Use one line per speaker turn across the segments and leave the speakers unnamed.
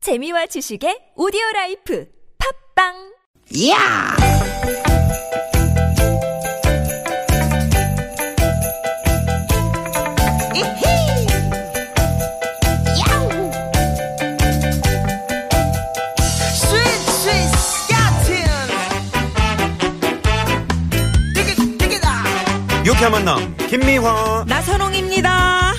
재미와 지식의 오디오 라이프 팝빵
야! 이히! 야우! 스윗, 스윗, 스카틴! 띠깃, 띠깃아!
유쾌한 만남 김미화
나선홍입니다.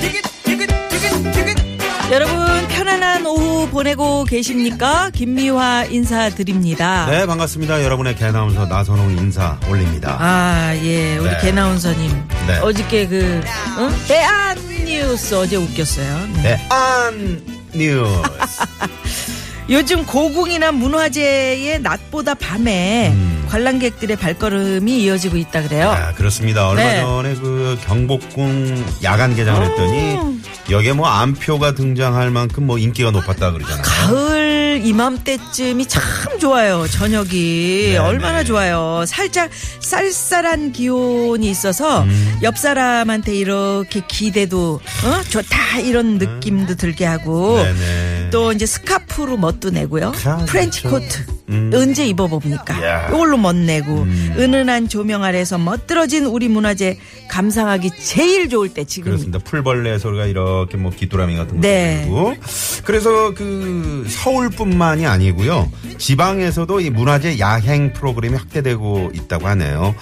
띠깃, 띠깃, 띠깃, 띠깃!
여러분 편안한 오후 보내고 계십니까? 김미화 인사드립니다.
네 반갑습니다 여러분의 개나운서 나선홍 인사 올립니다
아, 예. 우리
네.
개나운서님.
네.
어저께 그 응? 대한 뉴스 어제 웃겼어요. 네.
대안 뉴스
요즘 고궁이나 문화재의 낮보다 밤에
음.
관람객들의 발걸음이 이어지고 있다 그래요.
아, 그렇습니다 얼마
네.
전에 그 경복궁 야간 개장을 했더니 여기에 뭐 안표가 등장할 만큼 뭐 인기가 높았다 그러잖아요
가을 이맘때쯤이 참 좋아요. 저녁이
네,
얼마나
네.
좋아요. 살짝 쌀쌀한 기온이 있어서
음.
옆 사람한테 이렇게 기대도 어? 좋다 이런 느낌도 들게 하고
네. 네네
또 이제 스카프로 멋도 내고요.
아,
프렌치
그렇죠.
코트.
음.
언제 입어봅니까?
야. 음.
이걸로 멋내고 은은한 조명 아래서 멋들어진 우리 문화재 감상하기 제일 좋을 때 지금
그렇습니다 풀벌레 소리가 이렇게 뭐 귀뚜라미 같은 거
음. 네.
들리고 그래서 그 서울뿐만이 아니고요 지방에서도 이 문화재 야행 프로그램이 확대되고 있다고 하네요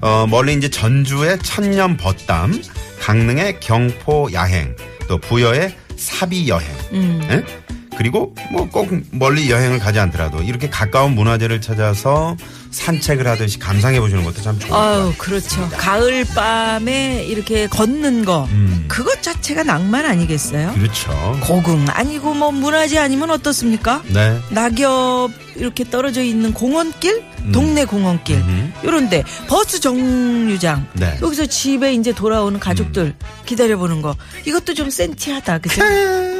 어 멀리 이제 전주의 천년 벗담 강릉의 경포 야행 또 부여의 사비 여행
음.
예? 그리고 뭐 꼭 멀리 여행을 가지 않더라도 이렇게 가까운 문화재를 찾아서 산책을 하듯이 감상해 보시는 것도 참 좋을 것
아유,
같아요.
그렇죠. 가을 밤에 이렇게 걷는 거.
음.
그것 자체가 낭만 아니겠어요?
그렇죠.
고궁 아니고 뭐 문화재 아니면 어떻습니까?
네.
낙엽 이렇게 떨어져 있는 공원길, 동네 공원길
음.
요런데 버스 정류장
네. 음.
여기서 집에 이제 돌아오는 가족들 기다려보는 거 이것도 좀 센티하다 그죠?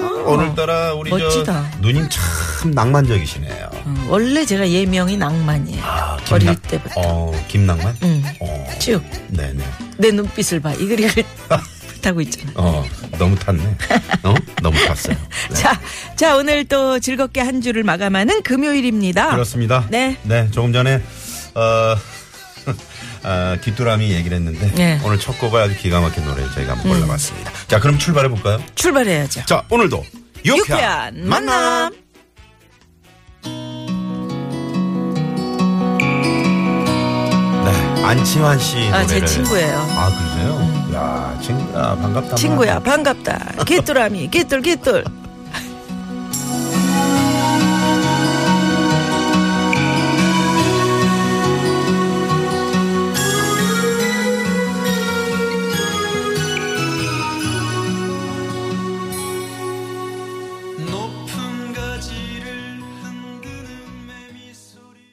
오늘따라 우리
아, 멋지다.
저 누님 참 낭만적이시네요.
어, 원래 제가 예명이 낭만이에요.
아.
어릴
김낭-
때부터
어, 김낭만?
음.
어,
쭉
네네.
내 눈빛을 봐 이글이글 타고 있잖아.
어, 너무 탔네. 어? 너무 탔어요. 네.
자, 자 오늘 또 즐겁게 한 주를 마감하는 금요일입니다.
그렇습니다.
네.
조금 전에, 어, 아, 귀뚜라미 얘기를 했는데
예.
오늘 첫 곡을 아주 기가 막힌 노래를 저희가 한번
음.
골라봤습니다. 자, 그럼 출발해 볼까요?
출발해야죠.
자, 오늘도
유쾌한 만남.
네, 안치환 씨 노래를
아, 제 친구예요.
아, 그러세요? 야, 친구야, 아, 반갑다.
친구야 반갑다. 개뚜라미 개뚤 개뚤.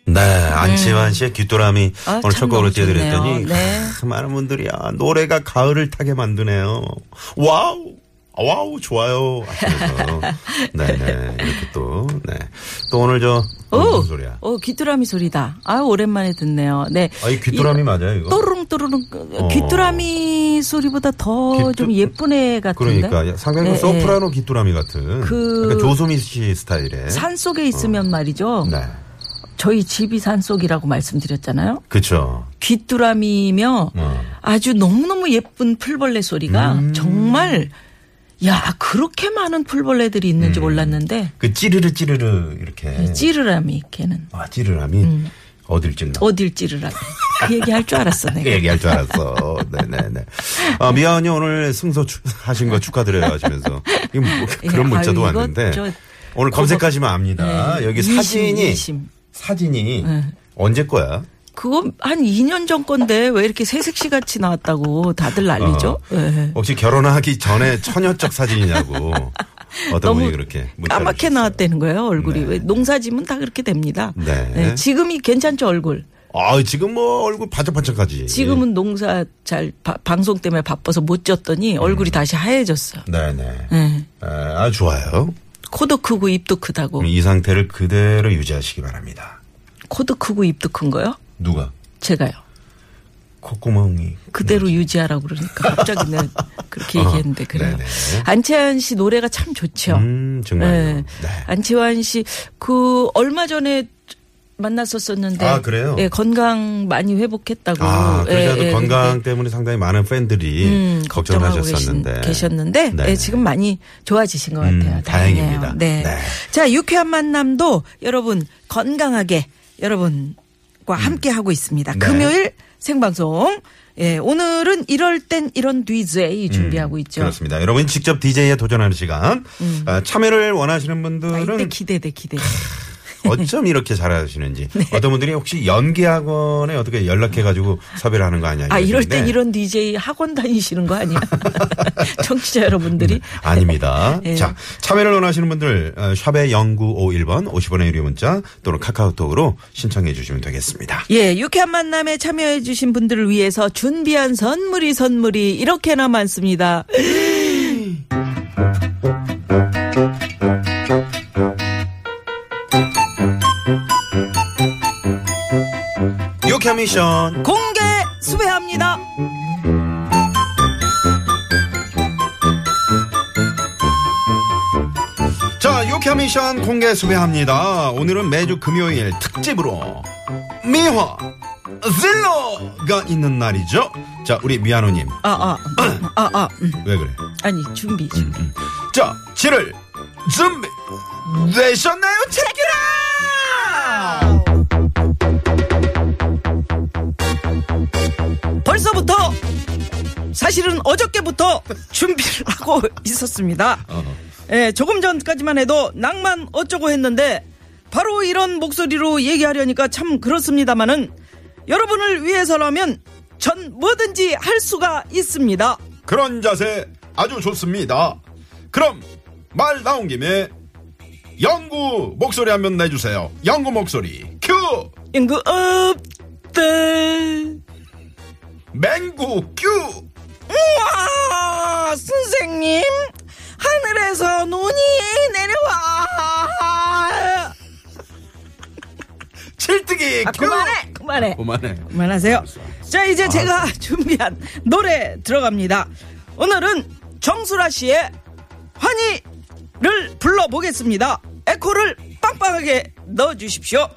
네, 안치환 씨의 귀뚜라미
아,
오늘 첫
참
곡으로
너무
띄워드렸더니
좋네요. 네.
크, 많은 분들이야 아, 노래가 가을을 타게 만드네요. 와우. 아, 와우 좋아요. 하시면서. 네네 이렇게 또네또 오늘 저
오,
어, 무슨 소리야?
오 귀뚜라미 소리다. 아 오랜만에 듣네요. 네.
아 이 귀뚜라미 맞아요 이거?
또르릉 또르릉 그,
어.
귀뚜라미 소리보다 더 좀
귀뚜-
예쁜 애 같은데.
그러니까 상당히
예,
소프라노 귀뚜라미 같은
그-
약간 조소미 씨 스타일의
예. 산 속에 있으면 말이죠.
네
저희 집이 산 속이라고 말씀드렸잖아요.
그렇죠.
귀뚜라미며
어.
아주 너무너무 예쁜 풀벌레 소리가
음.
정말 야 그렇게 많은 풀벌레들이 있는지 몰랐는데
그 찌르르 찌르르 이렇게
찌르라미 음. 걔는
아 찌르라미 어딜 찔러?
어딜 찌르라미 그 얘기할 줄 알았어
그
내가
얘기할 줄 알았어. 네네네. 아, 미아언니 오늘 승소 추- 하신 거 축하드려요 하시면서. 이거 뭐
예,
그런 문자도
아유, 이거
왔는데.
저-
오늘 검색하시면 압니다.
네.
여기
이심,
사진이,
이심. 예.
사진이 언제 거야?
그거 한 2년 전 건데 왜 이렇게 새색시 같이 나왔다고 다들 난리죠
어.
예.
혹시 결혼하기 전에 처녀적 사진이냐고. 어떤 분이
너무
그렇게 문자를
까맣게
주셨어요.
나왔다는 거예요 얼굴이
네.
왜 농사지면 다 그렇게 됩니다
네.
예, 지금이 괜찮죠 얼굴
아, 지금 뭐 얼굴 반짝반짝하지.
지금은 농사 잘 바- 방송 때문에 바빠서 못
음.
쪘더니 얼굴이 다시 하얘졌어
네네.
예.
아, 좋아요.
코도 크고 입도 크다고
이 상태를 그대로 유지하시기 바랍니다.
코도 크고 입도 큰 거요?
누가?
제가요.
콧구멍이.
그대로
네.
유지하라고 그러니까 갑자기 내 그렇게 얘기했는데 그래요.
어, 네네.
안채환 씨 노래가 참 좋죠.
음, 정말요.
예.
네.
안채환 씨 그 얼마 전에 만났었었는데
아, 그래요?
예, 건강 많이 회복했다고.
아, 그래도
예, 예,
건강
그렇게,
때문에 상당히 많은 팬들이
음, 걱정하고
걱정하셨었는데.
계신- 계셨는데
네.
예, 지금 많이 좋아지신 것 같아요.
음,
다행이네요.
다행입니다.
네.
네.
자, 유쾌한 만남도 여러분 건강하게 여러분과 함께 하고 있습니다.
음. 네.
금요일 생방송. 예, 오늘은 이럴 땐 이런 DJ 준비하고
음,
있죠. 음.
그렇습니다. 여러분이 직접 DJ에 도전하는 시간. 아, 참여를 원하시는
아, 이때
분들은
기대돼 기대.
어쩜 이렇게 잘하시는지.
네.
어떤 분들이 혹시 연기학원에 어떻게 연락해가지고 섭외를 하는 거 아니야.
아 이럴
이러시는데
땐 이런 DJ 학원 다니시는 거 아니야? 청취자
네.
여러분들이
아닙니다.
예.
자, 참여를 원하시는 분들 어, 샵의 0951번 50원의 유료 문자 또는 카카오톡으로 신청해 주시면 되겠습니다.
예, 유쾌한 만남에 참여해주신 분들을 위해서 준비한 선물이 선물이 이렇게나 많습니다.
유쾌 미션.
공개 수배합니다.
자, 유쾌 미션 공개 수배합니다. 오늘은 매주 금요일 특집으로 미화 질러가 있는 날이죠. 자, 우리 미아노님
아, 아, 아, 아, 음,
왜 그래?
아니 준비. 준비.
자, 지를 준비 되셨나요? 체키라!
벌써부터 사실은 어저께부터 준비를 하고 있었습니다.
어.
예, 조금 전까지만 해도 낭만 어쩌고 했는데 바로 이런 목소리로 얘기하려니까 참 그렇습니다만은 여러분을 위해서라면 전 뭐든지 할 수가 있습니다.
그런 자세 아주 좋습니다. 그럼 말 나온 김에 영구 목소리 한 번 내주세요. 영구 목소리 큐
인구 없대.
맹구 큐.
우와, 선생님. 하늘에서 눈이 내려와.
칠뜨기
아,
큐.
그만해, 그만해.
그만해.
그만하세요. 자, 이제 제가 준비한 노래 들어갑니다. 오늘은 정수라 씨의 환희를 불러보겠습니다. 에코를 빵빵하게 넣어주십시오.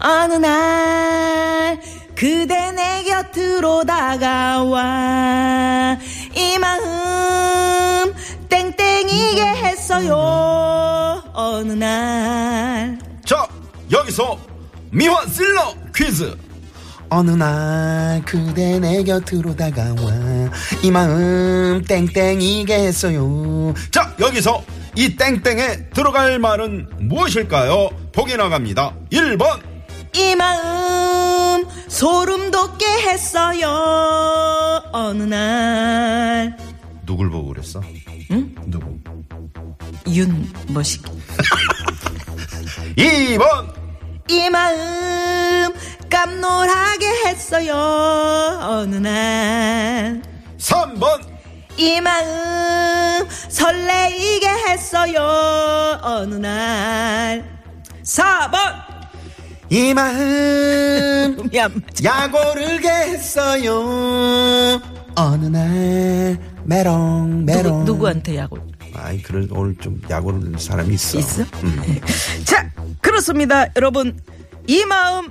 어느 날 그대 내 곁으로 다가와 이 마음 땡땡이게 했어요. 어느 날
자 여기서 미화 실러 퀴즈.
어느 날 그대 내 곁으로 다가와 이 마음 땡땡이게 했어요
자 여기서 이 땡땡에 들어갈 말은 무엇일까요? 보기 나갑니다. 1번
이 마음 소름 돋게 했어요 어느 날
누굴 보고 그랬어? 응? 누구?
윤머식
2번
이 마음 깜놀하게 했어요 어느 날
3번
이 마음 설레이게 했어요 어느 날 4번
이 마음
음이 안 맞아
야고르게 했어요 어느 날 메롱 메롱
누구한테 약을
아이 그럴 오늘 좀 야구를 하는 사람이 있어.
있어? 네. 자, 그렇습니다. 여러분, 이 마음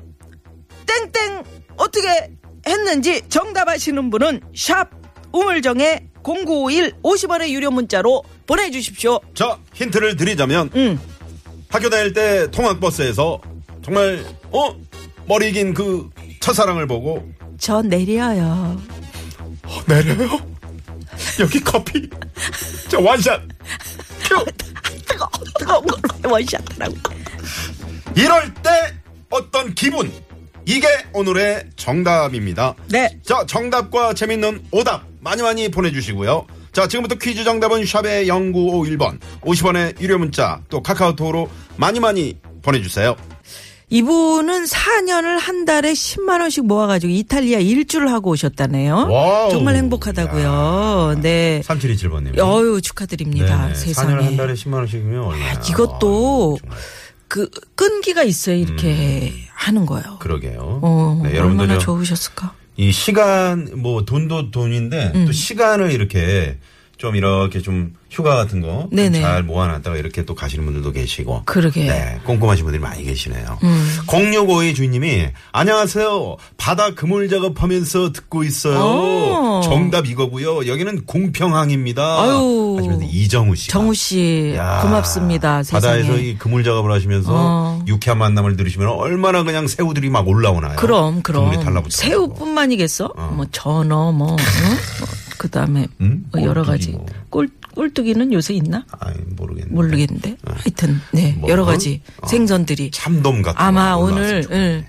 땡땡 어떻게 했는지 정답 아시는 분은 샵 우물정에 0951 50원의 유료 문자로 보내주십시오.
자 힌트를 드리자면
음.
학교 다닐 때 통학버스에서 정말 어 머리 긴 그 첫사랑을 보고 어,
저 내려요.
내려요 여기 커피 자 완샷 큐
뜨거워, 뜨거운 걸로 원샷하라고.
이럴 때 어떤 기분 이게 오늘의 정답입니다.
네.
자 정답과 재밌는 오답 많이 많이 보내주시고요. 자 지금부터 퀴즈 정답은 샵의 0951번 50원의 유료 문자 또 카카오톡으로 많이 많이 보내주세요.
이분은 4년을 한 달에 10만 원씩 모아가지고 이탈리아 일주를 하고 오셨다네요.
와우.
정말 행복하다고요. 네.
3727번님. 네.
어유 축하드립니다. 세상에. 아,
4년을 한 달에 10만 원씩이면 얼마야.
이것도
아, 정말.
그 끈기가 있어야 이렇게 하는 거예요.
음. 그러게요.
어,
네,
얼마나
여러분들 좀
좋으셨을까?
이 시간 뭐 돈도 돈인데
음.
또 시간을 이렇게 좀 이렇게 좀 휴가 같은 거
네네.
잘 모아놨다가 이렇게 또 가시는 분들도 계시고
그러게. 음.
네 꼼꼼하신 분들이 많이 계시네요. 0652 주인님이 안녕하세요 바다 그물 작업하면서 듣고 있어요.
오.
정답 이거고요. 여기는 공평항입니다.
아유.
하시면서 이정우 씨.
정우 씨
야,
고맙습니다. 세상에.
바다에서 이 그물 작업을 하면서
어.
유쾌한 만남을 들으시면 얼마나 그냥 새우들이 막 올라오나요?
그럼 그럼
그물에 달라붙어.
새우뿐만이겠어? 뭐 전어 뭐 응? 어, 그다음에
음?
뭐 여러
꼴뚜기
가지
뭐.
꼴 꼴뚜기는 요새 있나?
아이 모르겠네.
모르겠는데 하여튼 네
아. 뭐,
여러
어?
가지
어.
생선들이
참돔 같은
아마
거 올라왔으면
오늘
좋겠네.
응,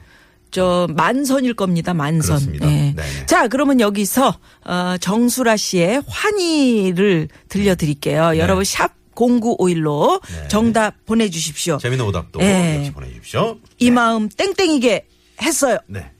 저 만선일 겁니다 만선.
그렇습니다.
예.
네네.
자 그러면 여기서 어, 정수라 씨의 환희를 들려드릴게요.
네.
여러분 샵 0951로 정답 보내주십시오.
재밌는 오답도
예.
역시 보내주십시오.
이 마음 땡땡이게 했어요.
네.